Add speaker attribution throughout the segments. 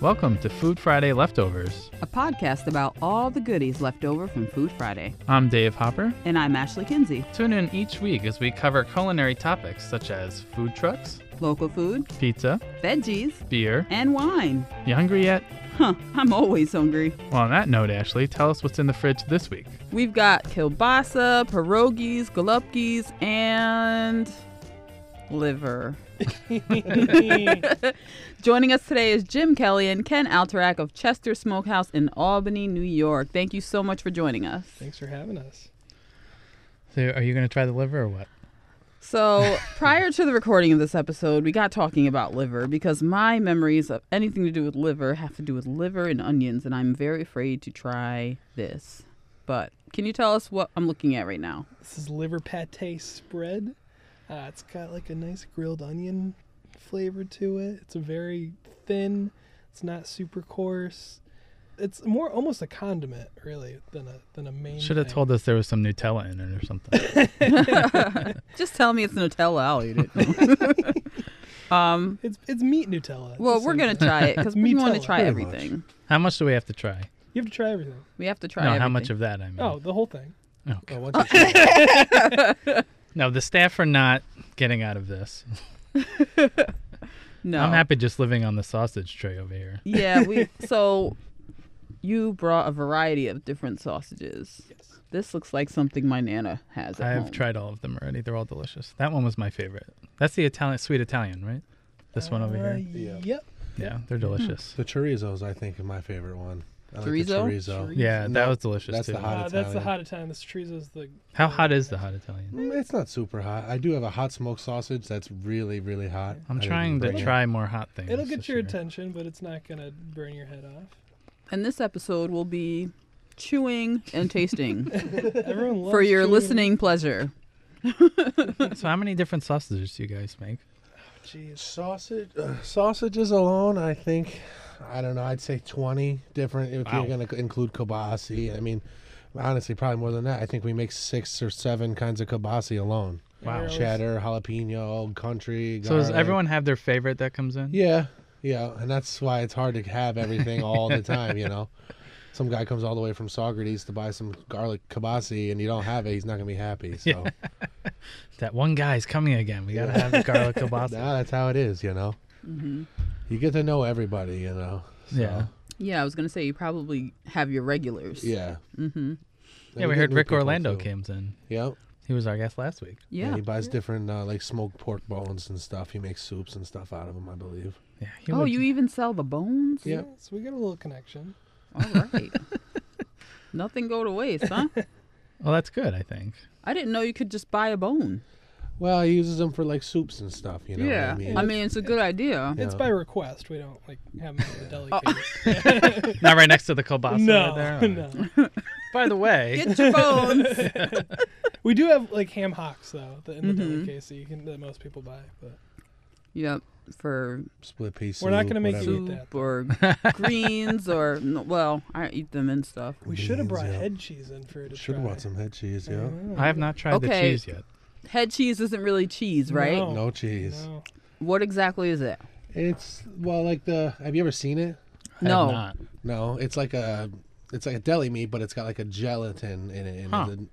Speaker 1: Welcome to Food Friday Leftovers.
Speaker 2: a podcast about all the goodies left over from Food Friday.
Speaker 1: I'm Dave Hopper.
Speaker 2: And I'm Ashley Kinsey.
Speaker 1: Tune in each week as we cover culinary topics such as food trucks,
Speaker 2: Local food,
Speaker 1: pizza,
Speaker 2: veggies,
Speaker 1: beer.
Speaker 2: and wine.
Speaker 1: You hungry yet?
Speaker 2: Huh, I'm always hungry.
Speaker 1: Well, on that note, Ashley, tell us what's in the fridge this week.
Speaker 2: We've got kielbasa, pierogies, golupkis, and liver. Joining us today is Jim Kelly and Ken Alterac of Chester Smokehouse in Albany, New York. Thank you so much for joining us.
Speaker 3: Thanks for having us.
Speaker 1: So, are you going to try the liver or what?
Speaker 2: So, prior to the recording of this episode, we got talking about liver because my memories of anything to do with liver have to do with liver and onions, and I'm very afraid to try this. But can you tell us what I'm looking at right now?
Speaker 3: This is liver pate spread. Uh, it's got like a nice grilled onion flavor to it. It's a very thin. It's not super coarse. It's more almost a condiment really than a than a main.
Speaker 1: Should have
Speaker 3: thing.
Speaker 1: told us there was some Nutella in it or something.
Speaker 2: Just tell me it's Nutella, I'll eat it. um,
Speaker 3: It's it's meat Nutella. It's
Speaker 2: well,
Speaker 3: the
Speaker 2: we're
Speaker 3: same
Speaker 2: gonna
Speaker 3: thing.
Speaker 2: try it because we want to
Speaker 3: Nutella.
Speaker 2: try
Speaker 4: Pretty much.
Speaker 2: everything.
Speaker 1: how much do we have to try?
Speaker 3: You have to try everything.
Speaker 2: We have to try.
Speaker 1: no,
Speaker 2: everything.
Speaker 1: how much of that I mean.
Speaker 3: Oh, the whole thing.
Speaker 1: Oh, God.
Speaker 4: Oh, once you try it,
Speaker 1: No, the staff are not getting out of this.
Speaker 2: No,
Speaker 1: I'm happy just living on the sausage tray over here.
Speaker 2: Yeah, we. so, you brought a variety of different sausages.
Speaker 3: Yes.
Speaker 2: This looks like something my nana has. At
Speaker 1: I have
Speaker 2: home.
Speaker 1: tried all of them already. They're all delicious. That one was my favorite. That's the Italian sweet Italian, right? This one over
Speaker 3: Uh,
Speaker 1: here.
Speaker 4: Yeah.
Speaker 3: Yep.
Speaker 1: Yeah, they're delicious.
Speaker 4: the chorizo's I think my favorite one. I like the
Speaker 2: Chorizo?
Speaker 4: chorizo.
Speaker 1: Yeah, that
Speaker 4: No,
Speaker 1: was delicious
Speaker 4: that's
Speaker 1: too.
Speaker 4: the hot
Speaker 3: Uh, that's the
Speaker 4: Italian.
Speaker 3: hot Italian. This chorizo's the.
Speaker 1: How hot is the hot Italian?
Speaker 4: Mm, It's not super hot. I do have a hot smoked sausage that's really, really hot. I
Speaker 1: I'm
Speaker 4: didn't
Speaker 1: trying to
Speaker 4: bring it.
Speaker 1: try more hot things.
Speaker 3: It'll get
Speaker 1: this
Speaker 3: your
Speaker 1: year.
Speaker 3: attention, but it's not gonna burn your head off.
Speaker 2: And this episode will be chewing and tasting
Speaker 3: Everyone loves
Speaker 2: for your
Speaker 3: chorizo.
Speaker 2: listening pleasure.
Speaker 1: So, how many different sausages do you guys make?
Speaker 3: Jeez.
Speaker 4: Sausage, uh, sausages alone, I think, I don't know. I'd say twenty different. If
Speaker 1: Wow.
Speaker 4: you're going to include kibasi, I mean, honestly, probably more than that. I think we make six or seven kinds of kibasi alone.
Speaker 1: Wow.
Speaker 3: They're always-
Speaker 4: Cheddar, jalapeno, country.
Speaker 1: So, does
Speaker 4: garlic.
Speaker 1: everyone have their favorite that comes in?
Speaker 4: Yeah, yeah, and that's why it's hard to have everything all the time, you know. Some guy comes all the way from Socrates to buy some garlic kibasi, and you don't have it. He's not gonna be happy. So
Speaker 1: Yeah. That one guy's coming again. We gotta have the garlic kielbasa.
Speaker 4: nah, that's how it is, you know. You get to know everybody, you know. So,
Speaker 1: Yeah.
Speaker 2: Yeah, I was gonna say you probably have your regulars.
Speaker 4: yeah. Mm-hmm.
Speaker 1: Yeah, we heard Rick Orlando comes in.
Speaker 4: Yep.
Speaker 1: He was our guest last week.
Speaker 4: Yeah.
Speaker 2: Yeah.
Speaker 4: he buys different uh, like smoked pork bones and stuff. He makes soups and stuff out of them, I believe.
Speaker 1: Yeah. He
Speaker 2: oh,
Speaker 1: would-
Speaker 2: you even sell the bones?
Speaker 4: Yeah.
Speaker 3: So we got a little connection.
Speaker 2: All right. Nothing go to waste, huh?
Speaker 1: Well, that's good. I think.
Speaker 2: I didn't know you could just buy a bone.
Speaker 4: Well, he uses them for like soups and stuff. You know.
Speaker 2: yeah.
Speaker 4: What I mean,
Speaker 2: it's a good idea.
Speaker 4: Yeah.
Speaker 3: It's by request. We don't like have them in the
Speaker 2: Oh.
Speaker 3: deli. case.
Speaker 1: Not right next to the kielbasa. right
Speaker 3: no,
Speaker 1: there?
Speaker 3: no.
Speaker 1: By the way,
Speaker 2: Get your bones.
Speaker 3: We do have like ham hocks though that in the
Speaker 2: Mm-hmm.
Speaker 3: deli case that you can that most people buy, but
Speaker 2: yep. For
Speaker 4: split piece.
Speaker 3: We're not
Speaker 4: soup,
Speaker 3: gonna make
Speaker 4: whatever.
Speaker 3: you-
Speaker 2: soup
Speaker 3: that.
Speaker 2: or greens or no, well, I eat them and stuff.
Speaker 3: we should have
Speaker 4: Beans,
Speaker 3: brought
Speaker 4: yeah.
Speaker 3: head cheese in for it to
Speaker 4: Should have
Speaker 3: try.
Speaker 4: bought some head cheese. Yeah.
Speaker 3: Mm,
Speaker 1: I have not tried the
Speaker 2: Okay.
Speaker 1: cheese yet.
Speaker 2: Head cheese isn't really cheese, right?
Speaker 3: No.
Speaker 4: No cheese.
Speaker 3: no.
Speaker 2: What exactly is it?
Speaker 4: It's well, like the. Have you ever seen it?
Speaker 1: I have
Speaker 2: no.
Speaker 1: not.
Speaker 4: No, it's like a. It's like a deli meat, but it's got like a gelatin in it, and,
Speaker 1: Huh.
Speaker 4: it's, and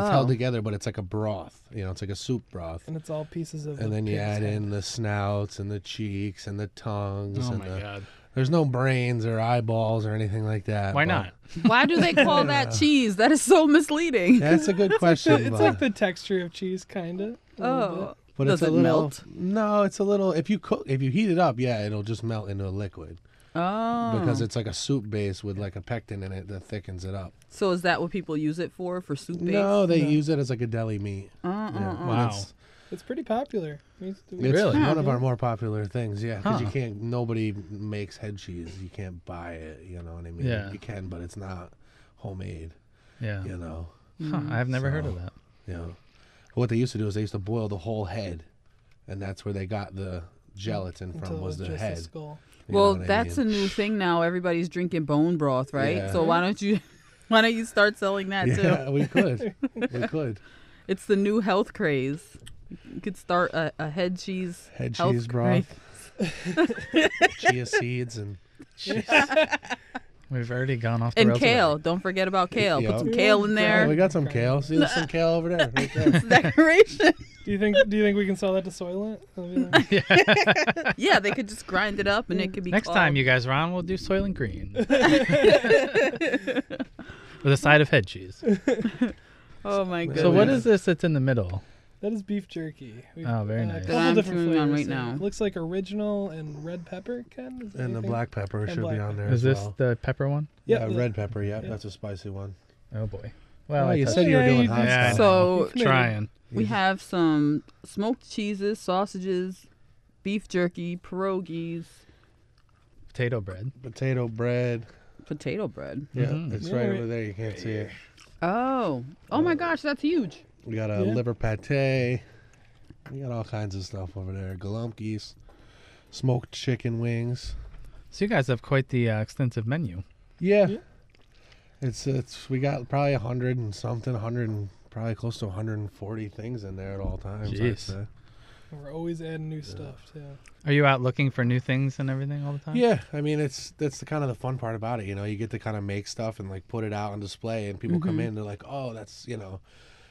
Speaker 4: it's held
Speaker 2: Oh.
Speaker 4: together. But it's like a broth. You know, it's like a soup broth.
Speaker 3: And it's all pieces of.
Speaker 4: And
Speaker 3: the
Speaker 4: then you
Speaker 3: pig's
Speaker 4: add
Speaker 3: head.
Speaker 4: in the snouts and the cheeks and the tongues.
Speaker 1: Oh
Speaker 4: and
Speaker 1: my
Speaker 4: the,
Speaker 1: god.
Speaker 4: There's no brains or eyeballs or anything like that.
Speaker 1: Why
Speaker 4: but-
Speaker 1: not?
Speaker 2: Why do they call that cheese? That is so misleading.
Speaker 4: That's a good
Speaker 3: So
Speaker 4: question.
Speaker 3: it's
Speaker 4: but,
Speaker 3: like the texture of cheese, kinda. a little
Speaker 2: Oh.
Speaker 3: bit.
Speaker 4: but
Speaker 2: Does
Speaker 4: it's a
Speaker 2: it
Speaker 4: little,
Speaker 2: melt?
Speaker 4: No, it's a little. If you cook, if you heat it up, yeah, it'll just melt into a liquid
Speaker 2: Oh.
Speaker 4: because it's like a soup base with like a pectin in it that thickens it up.
Speaker 2: so is that what people use it for? For soup base?
Speaker 4: No, they
Speaker 3: No. Uh-uh.
Speaker 4: use it as like a deli meat.
Speaker 2: Uh, uh,
Speaker 4: Yeah.
Speaker 2: uh.
Speaker 4: And
Speaker 1: Wow.
Speaker 4: It's,
Speaker 3: It's pretty popular. We used to-
Speaker 4: it's
Speaker 1: Really?
Speaker 4: one of our more popular things. Yeah, because
Speaker 1: Huh.
Speaker 4: you can't. Nobody makes head cheese. You can't buy it. You know what I mean?
Speaker 1: Yeah.
Speaker 4: You can, but it's not homemade.
Speaker 1: Yeah.
Speaker 4: You know.
Speaker 1: Huh, I've never heard of that.
Speaker 4: You know. What they used to do is they used to boil the whole head, and that's where they got the gelatin
Speaker 3: until
Speaker 4: from
Speaker 3: it
Speaker 4: was the
Speaker 3: just
Speaker 4: head.
Speaker 3: a skull.
Speaker 4: You know
Speaker 2: well,
Speaker 4: what I
Speaker 2: that's
Speaker 4: mean?
Speaker 2: a new thing now. Everybody's drinking bone broth, right?
Speaker 4: Yeah.
Speaker 2: So why don't you why don't you start selling that too?
Speaker 4: Yeah, we could. we could.
Speaker 2: It's the new health craze. You could start a, a head cheese
Speaker 4: Head
Speaker 2: health
Speaker 4: cheese broth,
Speaker 2: craze.
Speaker 4: chia seeds, and
Speaker 1: We've already gone off the
Speaker 2: And
Speaker 1: rails
Speaker 2: kale.
Speaker 1: already.
Speaker 2: Don't forget about kale.
Speaker 4: Yeah.
Speaker 2: Put some kale in
Speaker 3: Yeah,
Speaker 4: Oh, we
Speaker 2: there.
Speaker 4: got some kale. See, there's some kale over there. Right there.
Speaker 2: Decoration.
Speaker 3: Do you think? Do you think we can sell that to Soylent? They'll be like,
Speaker 2: yeah, they could just grind it up and it could be.
Speaker 1: Next
Speaker 2: called-
Speaker 1: time you guys are on, we'll do Soylent Green with a side of head cheese.
Speaker 2: Oh my goodness.
Speaker 1: So what
Speaker 4: yeah.
Speaker 1: is this that's in the middle?
Speaker 3: that is beef jerky. We've,
Speaker 1: Oh, very nice.
Speaker 3: A
Speaker 1: That
Speaker 3: couple
Speaker 2: I'm
Speaker 3: different
Speaker 2: chewing on
Speaker 3: flavors
Speaker 2: right
Speaker 3: here.
Speaker 2: now.
Speaker 3: It looks like original and red pepper, Ken. Is that
Speaker 4: And
Speaker 3: your
Speaker 4: the
Speaker 3: thing?
Speaker 4: black pepper
Speaker 3: And
Speaker 4: should
Speaker 3: black
Speaker 4: be on there
Speaker 1: Is
Speaker 4: as
Speaker 1: this
Speaker 4: well.
Speaker 1: the pepper one?
Speaker 4: Yeah,
Speaker 3: the-
Speaker 4: red pepper. Yeah,
Speaker 3: yeah.
Speaker 4: that's a spicy one.
Speaker 1: Oh boy. Well,
Speaker 4: Oh,
Speaker 1: I
Speaker 4: you
Speaker 1: touched
Speaker 4: said you were
Speaker 3: Yeah,
Speaker 4: doing
Speaker 3: you
Speaker 4: hot
Speaker 1: did. Yeah, I
Speaker 4: stuff.
Speaker 2: So
Speaker 1: it. trying.
Speaker 2: we have some smoked cheeses, sausages, beef jerky, pierogies,
Speaker 1: Potato bread.
Speaker 4: potato bread.
Speaker 2: potato bread.
Speaker 4: Yeah,
Speaker 1: Mhm.
Speaker 4: it's
Speaker 3: Yeah,
Speaker 4: right
Speaker 3: right-
Speaker 4: over there. You can't see it.
Speaker 2: Oh. Oh my gosh, that's huge.
Speaker 4: We got a
Speaker 3: Yeah.
Speaker 4: liver pate. We got all kinds of stuff over there. Galumpkies, smoked chicken wings.
Speaker 1: So you guys have quite the uh, extensive menu.
Speaker 4: Yeah.
Speaker 3: Yeah.
Speaker 4: It's it's we got probably a hundred and something, hundred and probably close to 140 things in there at all times. I'd
Speaker 1: Jeez.
Speaker 4: say.
Speaker 3: We're always adding new stuff too.
Speaker 1: Are you out looking for new things and everything all the time?
Speaker 4: Yeah, I mean it's that's the kind of the fun part about it. You know, you get to kind of make stuff and like put it out on display, and people come in, they're like, oh, that's you know,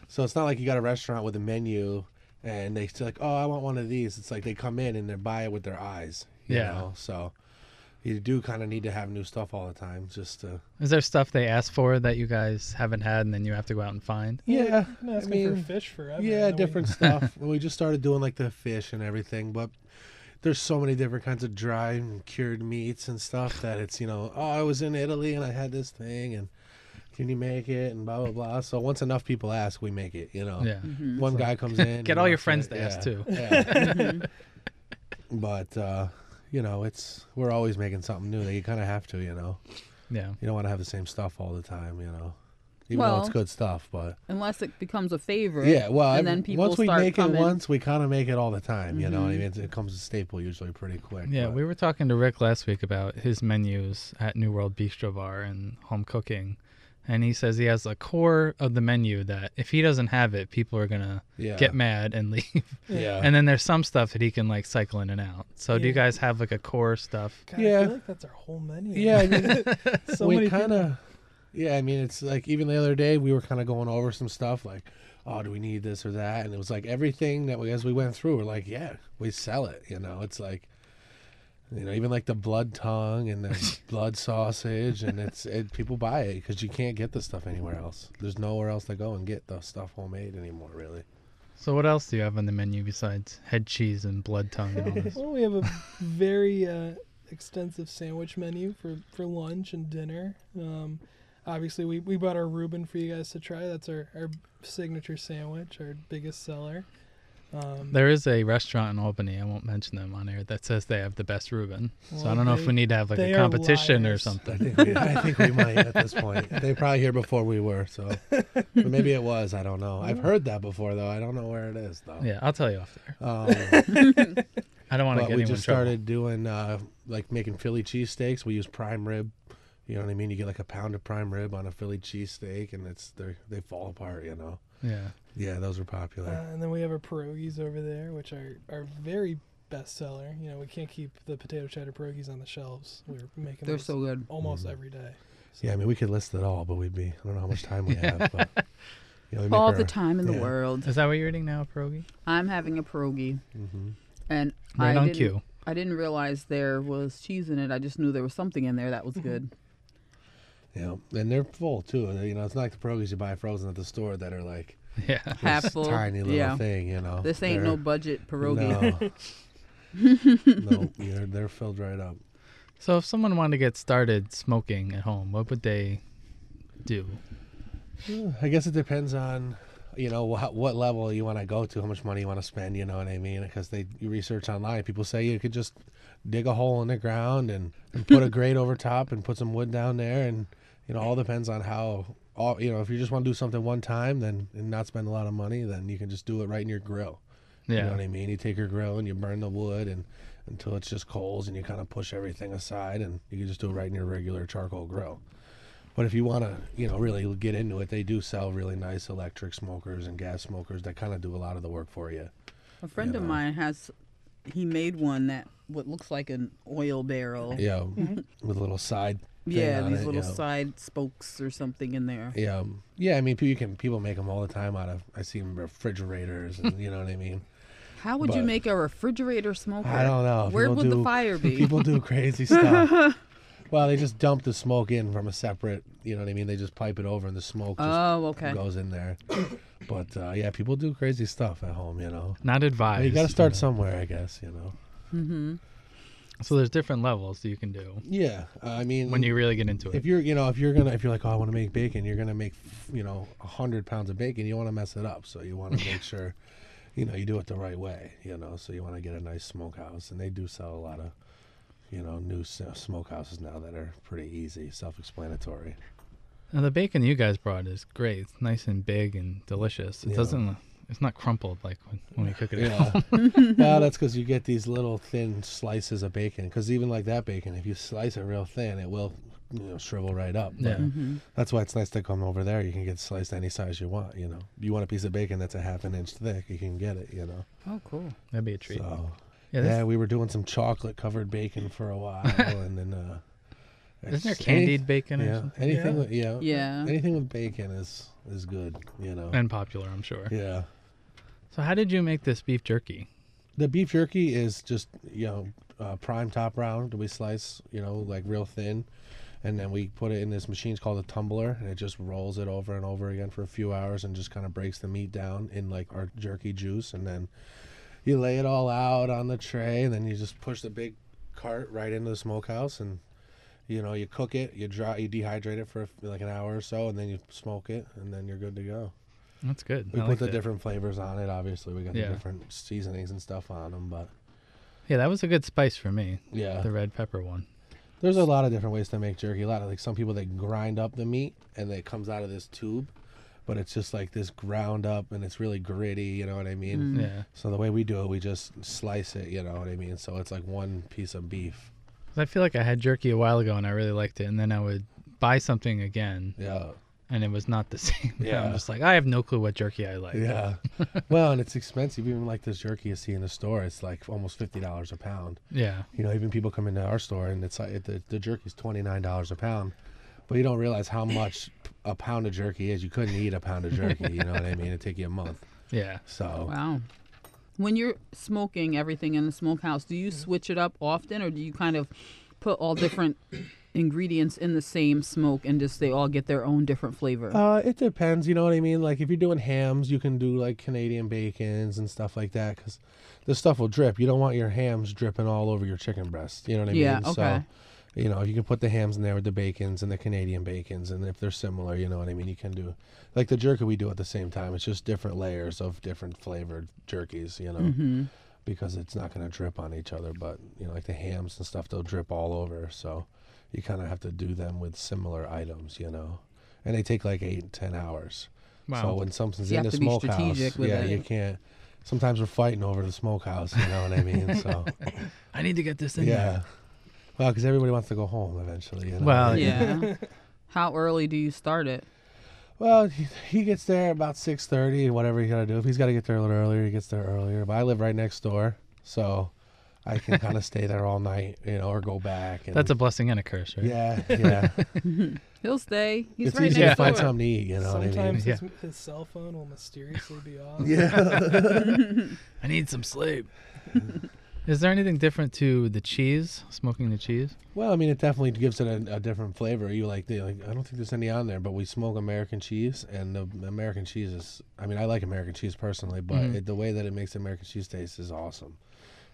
Speaker 4: so it's not like you got a restaurant with a menu and they say like, oh, I want one of these. It's like they come in and they buy it with their eyes. You
Speaker 1: Yeah.
Speaker 4: Know? So you do kind of need to have new stuff all the time, just to
Speaker 1: Is there stuff they ask for that you guys haven't had and then you have to go out and find?
Speaker 4: yeah.
Speaker 3: I've been asking for fish forever.
Speaker 4: Yeah,
Speaker 3: and then we-
Speaker 4: different stuff. Well, we just started doing like the fish and everything, but there's so many different kinds of dry and cured meats and stuff that it's you know, oh, I was in Italy and I had this thing, and can you make it and blah blah blah. So once enough people ask, we make it. You know,
Speaker 1: Yeah.
Speaker 4: one guy comes in,
Speaker 1: Get
Speaker 4: he
Speaker 1: all your
Speaker 4: wants
Speaker 1: friends
Speaker 4: it,
Speaker 1: to ask,
Speaker 4: yeah,
Speaker 1: too.
Speaker 4: Yeah. but uh, you know, it's we're always making something new. That you kind of have to, you know.
Speaker 1: Yeah.
Speaker 4: You don't want to have the same stuff all the time, you know. Even though it's
Speaker 2: Well-
Speaker 4: good stuff, but
Speaker 2: Unless it becomes a favorite.
Speaker 4: yeah, well,
Speaker 2: and
Speaker 4: I-
Speaker 2: then people
Speaker 4: once we
Speaker 2: start
Speaker 4: make
Speaker 2: coming. Mm-hmm.
Speaker 4: it once, we kind of make it all the time. You know what I mean? It comes a staple usually pretty quick.
Speaker 1: Yeah,
Speaker 4: but-
Speaker 1: we were talking to Rick last week about his menus at New World Bistro Bar and home cooking. And he says he has a core of the menu that if he doesn't have it, people are going to
Speaker 4: Yeah.
Speaker 1: get mad and leave.
Speaker 4: yeah.
Speaker 1: And then there's some stuff that he can like cycle in and out. So do you
Speaker 3: Yeah.
Speaker 1: guys have like a core stuff?
Speaker 3: God, I
Speaker 4: Yeah.
Speaker 3: feel like that's our whole menu.
Speaker 4: yeah, I mean,
Speaker 3: so
Speaker 4: we
Speaker 3: many people-
Speaker 4: kind of. Yeah, I mean, it's like even the other day we were kind of going over some stuff like, oh, do we need this or that? And it was like everything that we as we went through, we're like, yeah, we sell it. You know, it's like. You know, even like the blood tongue and the blood sausage, and it's it, people buy it because you can't get the stuff anywhere else. There's nowhere else to go and get the stuff homemade anymore, really.
Speaker 1: So what else do you have on the menu besides head cheese and blood tongue and all this?
Speaker 3: Well, we have a very uh, extensive sandwich menu for, for lunch and dinner. Um, obviously, we, we brought our Reuben for you guys to try. That's our, our signature sandwich, our biggest seller. Um,
Speaker 1: There is a restaurant in Albany, I won't mention them on air, that says they have the best Reuben. so I
Speaker 3: Well,
Speaker 1: don't know if
Speaker 3: they-
Speaker 1: we need to have like
Speaker 3: they
Speaker 1: a
Speaker 3: are
Speaker 1: competition or
Speaker 3: liars.
Speaker 4: I
Speaker 1: something.
Speaker 4: think, we, I think we might at this point. They probably here before we were, so but maybe it was. I don't know. I've heard that before though. I don't know where it is though.
Speaker 1: Yeah, I'll tell you off there.
Speaker 4: Um,
Speaker 1: I don't want to
Speaker 4: but
Speaker 1: get anyone
Speaker 4: we
Speaker 1: in
Speaker 4: just
Speaker 1: trouble.
Speaker 4: started doing uh, like making Philly cheesesteaks. We use prime rib. You know what I mean? You get like a pound of prime rib on a Philly cheesesteak, and it's they they fall apart. You know?
Speaker 1: Yeah.
Speaker 4: Yeah, those are
Speaker 3: uh,
Speaker 4: popular.
Speaker 3: and then we have our pierogies over there, which are our very best seller. You know, we can't keep the potato cheddar pierogies on the shelves. We're making
Speaker 2: They're
Speaker 3: those
Speaker 2: so good.
Speaker 3: almost
Speaker 4: Mm.
Speaker 3: every day.
Speaker 4: Yeah, I mean we could list it all, but we'd be I don't know how much time we have. But, you know, we make
Speaker 2: All
Speaker 4: our-
Speaker 2: the time in the
Speaker 4: yeah.
Speaker 2: world.
Speaker 1: Is that what you're eating now, pierogi?
Speaker 2: I'm having a pierogi.
Speaker 4: Mhm.
Speaker 2: And
Speaker 1: Right
Speaker 2: I
Speaker 1: on
Speaker 2: didn't,
Speaker 1: cue.
Speaker 2: I didn't realize there was cheese in it. I just knew there was something in there that was good.
Speaker 4: Yeah, and they're full too. You know, it's not like the pierogies you buy frozen at the store that are like
Speaker 1: Yeah.
Speaker 2: Half
Speaker 4: this
Speaker 2: full.
Speaker 4: tiny little
Speaker 2: yeah.
Speaker 4: thing, you know.
Speaker 2: This ain't
Speaker 4: They're-
Speaker 2: no budget pierogi.
Speaker 4: No, no they're, they're filled right up.
Speaker 1: So if someone wanted to get started smoking at home, what would they do?
Speaker 4: I guess it depends on, you know, what, what level you want to go to, how much money you want to spend. You know what I mean? Because they you research online, people say you could just dig a hole in the ground and, and put a grate over top and put some wood down there, and you know, all depends on how. All you know, if you just want to do something one time, then and not spend a lot of money, then you can just do it right in your grill. You know
Speaker 1: Yeah.
Speaker 4: what I mean? You take your grill and you burn the wood and until it's just coals and you kind of push everything aside and you can just do it right in your regular charcoal grill. But if you want to, you know, really get into it, they do sell really nice electric smokers and gas smokers that kind of do a lot of the work for you.
Speaker 2: A friend of
Speaker 4: know.
Speaker 2: mine has he made one that what looks like an oil barrel. Yeah,
Speaker 4: Yeah, with a little side. thing on
Speaker 2: Mm-hmm. these
Speaker 4: it,
Speaker 2: little
Speaker 4: yeah.
Speaker 2: side spokes or something in there.
Speaker 4: Yeah, um, yeah. I mean, people you can people make them all the time out of. I see 'em refrigerators, and you know what I mean.
Speaker 2: How would you
Speaker 4: But-
Speaker 2: make a refrigerator smoker?
Speaker 4: I don't know.
Speaker 2: Where
Speaker 4: People
Speaker 2: would the
Speaker 4: do-
Speaker 2: fire be?
Speaker 4: People do crazy stuff. well, they just dump the smoke in from a separate. You know what I mean? They just pipe it over, and the smoke just
Speaker 2: oh, okay.
Speaker 4: goes in there. but uh, yeah, people do crazy stuff at home. You know,
Speaker 1: Not
Speaker 4: I uh,
Speaker 1: advised.
Speaker 4: mean, you got to start somewhere, I guess. You know.
Speaker 2: Mm-hmm.
Speaker 1: So there's different levels that you can do
Speaker 4: Yeah, I mean,
Speaker 1: when you really get into it.
Speaker 4: if you're you know if you're gonna if you're like oh I want to make bacon you're gonna make you know a hundred pounds of bacon you don't want to mess it up so you want to make sure you know you do it the right way you know so you want to get a nice smokehouse and they do sell a lot of you know new s- smokehouses now that are pretty easy self-explanatory
Speaker 1: Now the bacon you guys brought is great. It's nice and big and delicious. It
Speaker 4: Yeah.
Speaker 1: doesn't. It's not crumpled like when, when we cook it. at home.
Speaker 4: yeah no that's because you get these little thin slices of bacon because even like that bacon if you slice it real thin it will you know shrivel right up But
Speaker 1: Yeah.
Speaker 4: That's why it's nice to come over there. You can get sliced any size you want. You know, you want a piece of bacon that's a half an inch thick, you can get it. You know,
Speaker 2: Oh, cool.
Speaker 1: That'd be a treat.
Speaker 4: so
Speaker 1: yeah,
Speaker 4: yeah,
Speaker 1: that's-
Speaker 4: we were doing some chocolate covered bacon for a while, and then uh,
Speaker 1: Isn't there
Speaker 4: it's-
Speaker 1: candied bacon
Speaker 4: Any,
Speaker 1: or
Speaker 4: yeah,
Speaker 1: something?
Speaker 4: anything
Speaker 3: Yeah.
Speaker 4: with yeah,
Speaker 2: Yeah.
Speaker 4: anything with bacon is is good. You know,
Speaker 1: And popular, I'm sure.
Speaker 4: yeah.
Speaker 1: So how did you make this beef jerky?
Speaker 4: The beef jerky is just you know uh, prime top round. We slice you know like real thin, and then we put it in this machine. It's called a tumbler, and it just rolls it over and over again for a few hours, and just kind of breaks the meat down in like our jerky juice, and then you lay it all out on the tray, and then you just push the big cart right into the smokehouse, and you know you cook it, you dry, you dehydrate it for a- like an hour or so, and then you smoke it, and then you're good to go.
Speaker 1: That's good.
Speaker 4: We
Speaker 1: I
Speaker 4: put
Speaker 1: liked
Speaker 4: the
Speaker 1: it.
Speaker 4: different flavors on it. Obviously, we got
Speaker 1: Yeah.
Speaker 4: the different seasonings and stuff on them, but.
Speaker 1: Yeah, that was a good spice for me.
Speaker 4: Yeah.
Speaker 1: The red pepper one.
Speaker 4: There's a lot of different ways to make jerky. A lot of like some people that grind up the meat and it comes out of this tube, but it's just like this ground up and it's really gritty, you know what I mean?
Speaker 1: Yeah.
Speaker 4: So the way we do it, we just slice it, you know what I mean? So it's like one piece of beef.
Speaker 1: 'Cause I feel like I had jerky a while ago and I really liked it, and then I would buy something again
Speaker 4: Yeah.
Speaker 1: and it was not the same. I'm
Speaker 4: Yeah.
Speaker 1: just like, I have no clue what jerky I like.
Speaker 4: Yeah. well, and it's expensive. Even like this jerky you see in the store, it's like almost $50 a pound.
Speaker 1: Yeah.
Speaker 4: You know, even people come into our store and it's like the, the jerky's $29 a pound, but you don't realize how much a pound of jerky is. You couldn't eat a pound of jerky, you know what I mean? It'd take you a month.
Speaker 1: Yeah.
Speaker 4: So
Speaker 2: Wow. When you're smoking everything in the smokehouse, do you switch it up often or do you kind of put all different ingredients in the same smoke and just they all get their own different flavor?
Speaker 4: uh, it depends. You know what I mean? Like if you're doing hams, you can do like Canadian bacons and stuff like that because the stuff will drip. You don't want your hams dripping all over your chicken breast. You know what I
Speaker 2: Yeah,
Speaker 4: mean?
Speaker 2: okay.
Speaker 4: So, you know, if you can put the hams in there with the bacons and the Canadian bacons, and if they're similar, you know what I mean? You can do like the jerky we do at the same time. It's just different layers of different flavored jerkies, you know,
Speaker 2: Mm-hmm.
Speaker 4: because it's not going to drip on each other. But, you know, like the hams and stuff, they'll drip all over. So you kind of have to do them with similar items, you know, and they take like eight, ten hours. So
Speaker 1: Wow.
Speaker 4: when something's
Speaker 2: So you
Speaker 4: in
Speaker 2: have
Speaker 4: the
Speaker 2: to be
Speaker 4: smokehouse,
Speaker 2: strategic with
Speaker 4: yeah,
Speaker 2: it.
Speaker 4: you can't. Sometimes we're fighting over the smokehouse, you know what I mean? So
Speaker 1: I need to get this in there.
Speaker 4: yeah. Well, because everybody wants to go home eventually. You know?
Speaker 1: Well,
Speaker 4: Like,
Speaker 2: Yeah. How early do you start it?
Speaker 4: well, he, he gets there about six thirty, whatever he got to do. If he's got to get there a little earlier, he gets there earlier. But I live right next door, so I can kind of stay there all night, you know, or go back. And,
Speaker 1: That's a blessing and a curse, right?
Speaker 4: yeah, yeah.
Speaker 2: He'll stay. He's
Speaker 4: it's
Speaker 2: right
Speaker 4: easy
Speaker 2: next
Speaker 4: to find
Speaker 2: door.
Speaker 4: something to eat. You know what I mean?
Speaker 3: Sometimes
Speaker 1: Yeah.
Speaker 3: his, his cell phone will mysteriously be off.
Speaker 4: Yeah.
Speaker 1: I need some sleep. Is there anything different to the cheese, smoking the cheese?
Speaker 4: Well, I mean, it definitely gives it a, a different flavor. You like the like. I don't think there's any on there, but we smoke American cheese, and the American cheese is. I mean, I like American cheese personally, but
Speaker 3: Mm-hmm.
Speaker 4: it, the way that it makes American cheese taste is awesome,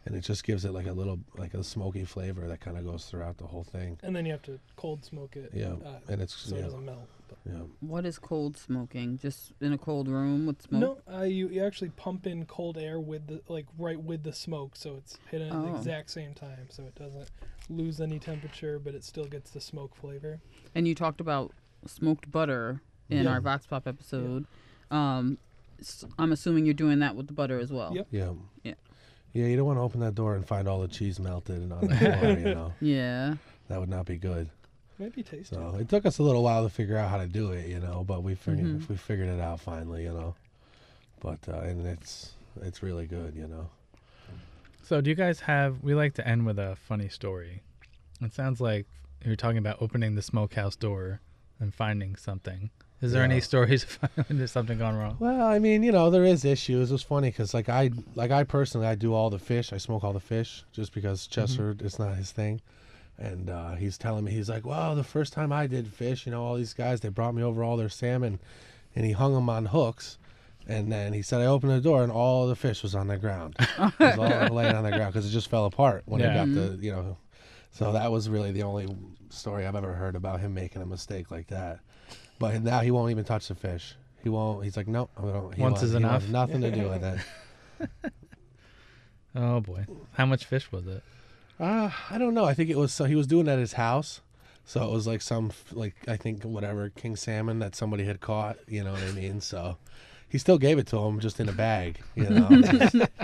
Speaker 4: and it just gives it like a little like a smoky flavor that kind of goes throughout the whole thing.
Speaker 3: And then you have to cold smoke it.
Speaker 4: Yeah,
Speaker 3: uh,
Speaker 4: and it's
Speaker 3: so it
Speaker 4: yeah,
Speaker 3: doesn't melt. But
Speaker 4: yeah.
Speaker 2: What is cold smoking? Just in a cold room with smoke?
Speaker 3: no, uh, you, you actually pump in cold air with the like right with the smoke, so it's hidden at
Speaker 2: Oh.
Speaker 3: the exact same time, so it doesn't lose any temperature, but it still gets the smoke flavor.
Speaker 2: and you talked about smoked butter in
Speaker 3: Yeah.
Speaker 2: our Vox Pop episode. Um, s- I'm assuming you're doing that with the butter as well.
Speaker 3: Yep.
Speaker 4: yeah.
Speaker 2: Yeah.
Speaker 4: Yeah, you don't want to open that door and find all the cheese melted and on the floor, you know.
Speaker 2: Yeah.
Speaker 4: That would not be good.
Speaker 3: Might be tasty.
Speaker 4: So it took us a little while to figure out how to do it, you know, but we figured we figured it out finally, you know. But uh, and it's it's really good, you know.
Speaker 1: So So, do you guys have? We like to end with a funny story. It sounds like you're talking about opening the smokehouse door and finding something. Is there any
Speaker 4: Yeah.
Speaker 1: stories of finding something gone wrong?
Speaker 4: Well, I mean, you know, there is issues. It's funny because, like, I like I personally, I do all the fish. I smoke all the fish just because Chester it's not his thing. And uh, he's telling me he's like, well, the first time I did fish, you know, all these guys they brought me over all their salmon, and he hung them on hooks. And then he said, I opened the door and all the fish was on the ground. it was all laying on the ground because it just fell apart when
Speaker 1: Yeah.
Speaker 4: he got the, you know. So that was really the only story I've ever heard about him making a mistake like that. But now he won't even touch the fish. He won't. He's like, nope. I don't. He
Speaker 1: Once
Speaker 4: wants-
Speaker 1: is
Speaker 4: he wants
Speaker 1: enough.
Speaker 4: Nothing to do with it.
Speaker 1: Oh boy, how much fish was it?
Speaker 4: Uh, I don't know. I think it was so he was doing it at his house. So it was like some f- like I think whatever king salmon that somebody had caught, you know what I mean? So he still gave it to him just in a bag, you know.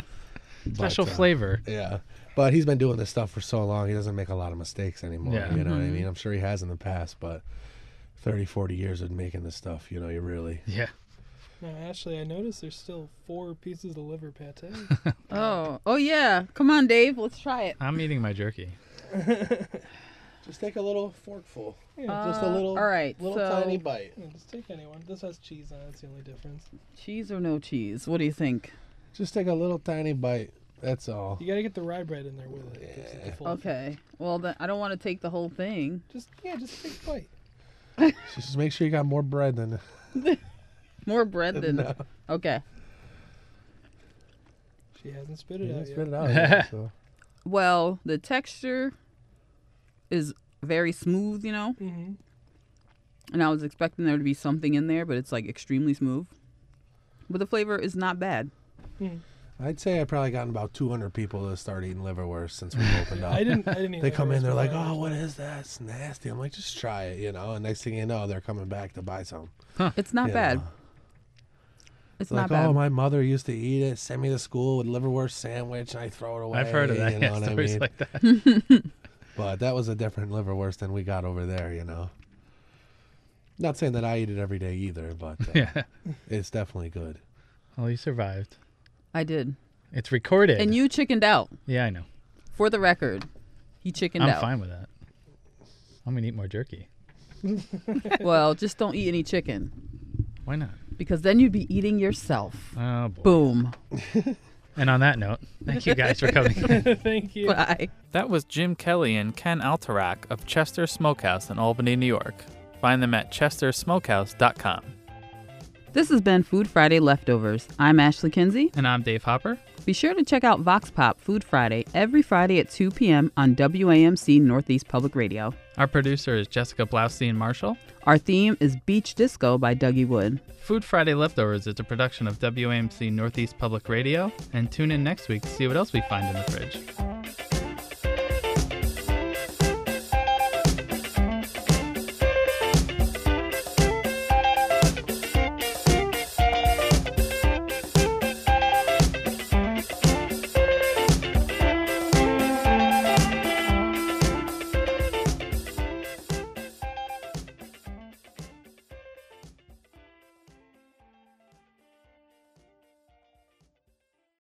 Speaker 4: But,
Speaker 1: Special
Speaker 4: uh,
Speaker 1: flavor.
Speaker 4: Yeah. But he's been doing this stuff for so long, he doesn't make a lot of mistakes anymore,
Speaker 1: Yeah.
Speaker 4: you know what I mean? I'm sure he has in the past, but 30, 40 years of making this stuff, you know, you really
Speaker 1: Yeah.
Speaker 3: Now, Ashley, I noticed there's still four pieces of liver pate.
Speaker 2: Oh, oh yeah. Come on, Dave. Let's try it.
Speaker 1: I'm eating my jerky.
Speaker 4: just take a little forkful.
Speaker 3: Yeah,
Speaker 4: just a
Speaker 2: Uh,
Speaker 4: little
Speaker 2: all right,
Speaker 4: little
Speaker 2: so-
Speaker 4: tiny bite.
Speaker 3: yeah, just take anyone. This has cheese on it. It's the only difference.
Speaker 2: Cheese or no cheese? What do you think?
Speaker 4: Just take a little tiny bite. That's all.
Speaker 3: You gotta get the rye bread in there with it. It gives it the full-
Speaker 2: Okay. Well, then I don't want to take the whole thing.
Speaker 3: Just yeah, just take a bite.
Speaker 4: Just make sure you got more bread than
Speaker 2: More bread than. Okay.
Speaker 3: She hasn't spit it
Speaker 4: Yeah,
Speaker 3: out
Speaker 4: spit
Speaker 3: yet.
Speaker 4: it out. yeah, so.
Speaker 2: Well, the texture is very smooth, you know,
Speaker 3: Mm-hmm.
Speaker 2: and I was expecting there to be something in there, but it's like extremely smooth. But the flavor is not bad.
Speaker 4: I'd say I've probably gotten about 200 people to start eating liverwurst since we have opened up.
Speaker 3: I didn't. I didn't. eat
Speaker 4: They come in,
Speaker 3: liverwurst
Speaker 4: they're like,
Speaker 3: before.
Speaker 4: "Oh, what is that? It's nasty." I'm like, "Just try it," you know. And next thing you know, they're coming back to buy some.
Speaker 2: It's not
Speaker 4: Yeah.
Speaker 2: bad. It's
Speaker 4: It's like,
Speaker 2: not bad.
Speaker 4: "Oh, my mother used to eat it. Send me to school with liverwurst sandwich, and I throw it away."
Speaker 1: I've heard of that.
Speaker 4: You know
Speaker 1: yeah,
Speaker 4: what I
Speaker 1: stories
Speaker 4: mean?
Speaker 1: like that.
Speaker 4: But that was a different liverwurst than we got over there, you know. Not saying that I eat it every day either, but uh,
Speaker 1: Yeah.
Speaker 4: it's definitely good.
Speaker 1: Well, you survived.
Speaker 2: I did.
Speaker 1: It's recorded.
Speaker 2: And you chickened out.
Speaker 1: yeah, I know.
Speaker 2: For the record, he chickened
Speaker 1: I'm
Speaker 2: out.
Speaker 1: fine with that. I'm gonna eat more jerky.
Speaker 2: Well, just don't eat any chicken
Speaker 1: Why not?
Speaker 2: because then you'd be eating yourself.
Speaker 1: Oh boy.
Speaker 2: Boom.
Speaker 1: And on that note, thank you guys for coming.
Speaker 3: Thank you.
Speaker 2: Bye.
Speaker 5: That was Jim Kelly and Ken Alterac of Chester Smokehouse in Albany, New York. Find them at chestersmokehouse.com.
Speaker 2: This has been Food Friday Leftovers. I'm Ashley Kinsey.
Speaker 1: and I'm Dave Hopper.
Speaker 2: Be sure to check out Vox Pop Food Friday every Friday at 2 p.m. on WAMC Northeast Public Radio.
Speaker 5: Our producer is Jessica Blaustein Marshall.
Speaker 2: Our theme is Beach Disco by Dougie Wood.
Speaker 5: Food Friday Leftovers is a production of WAMC Northeast Public Radio, and tune in next week to see what else we find in the fridge.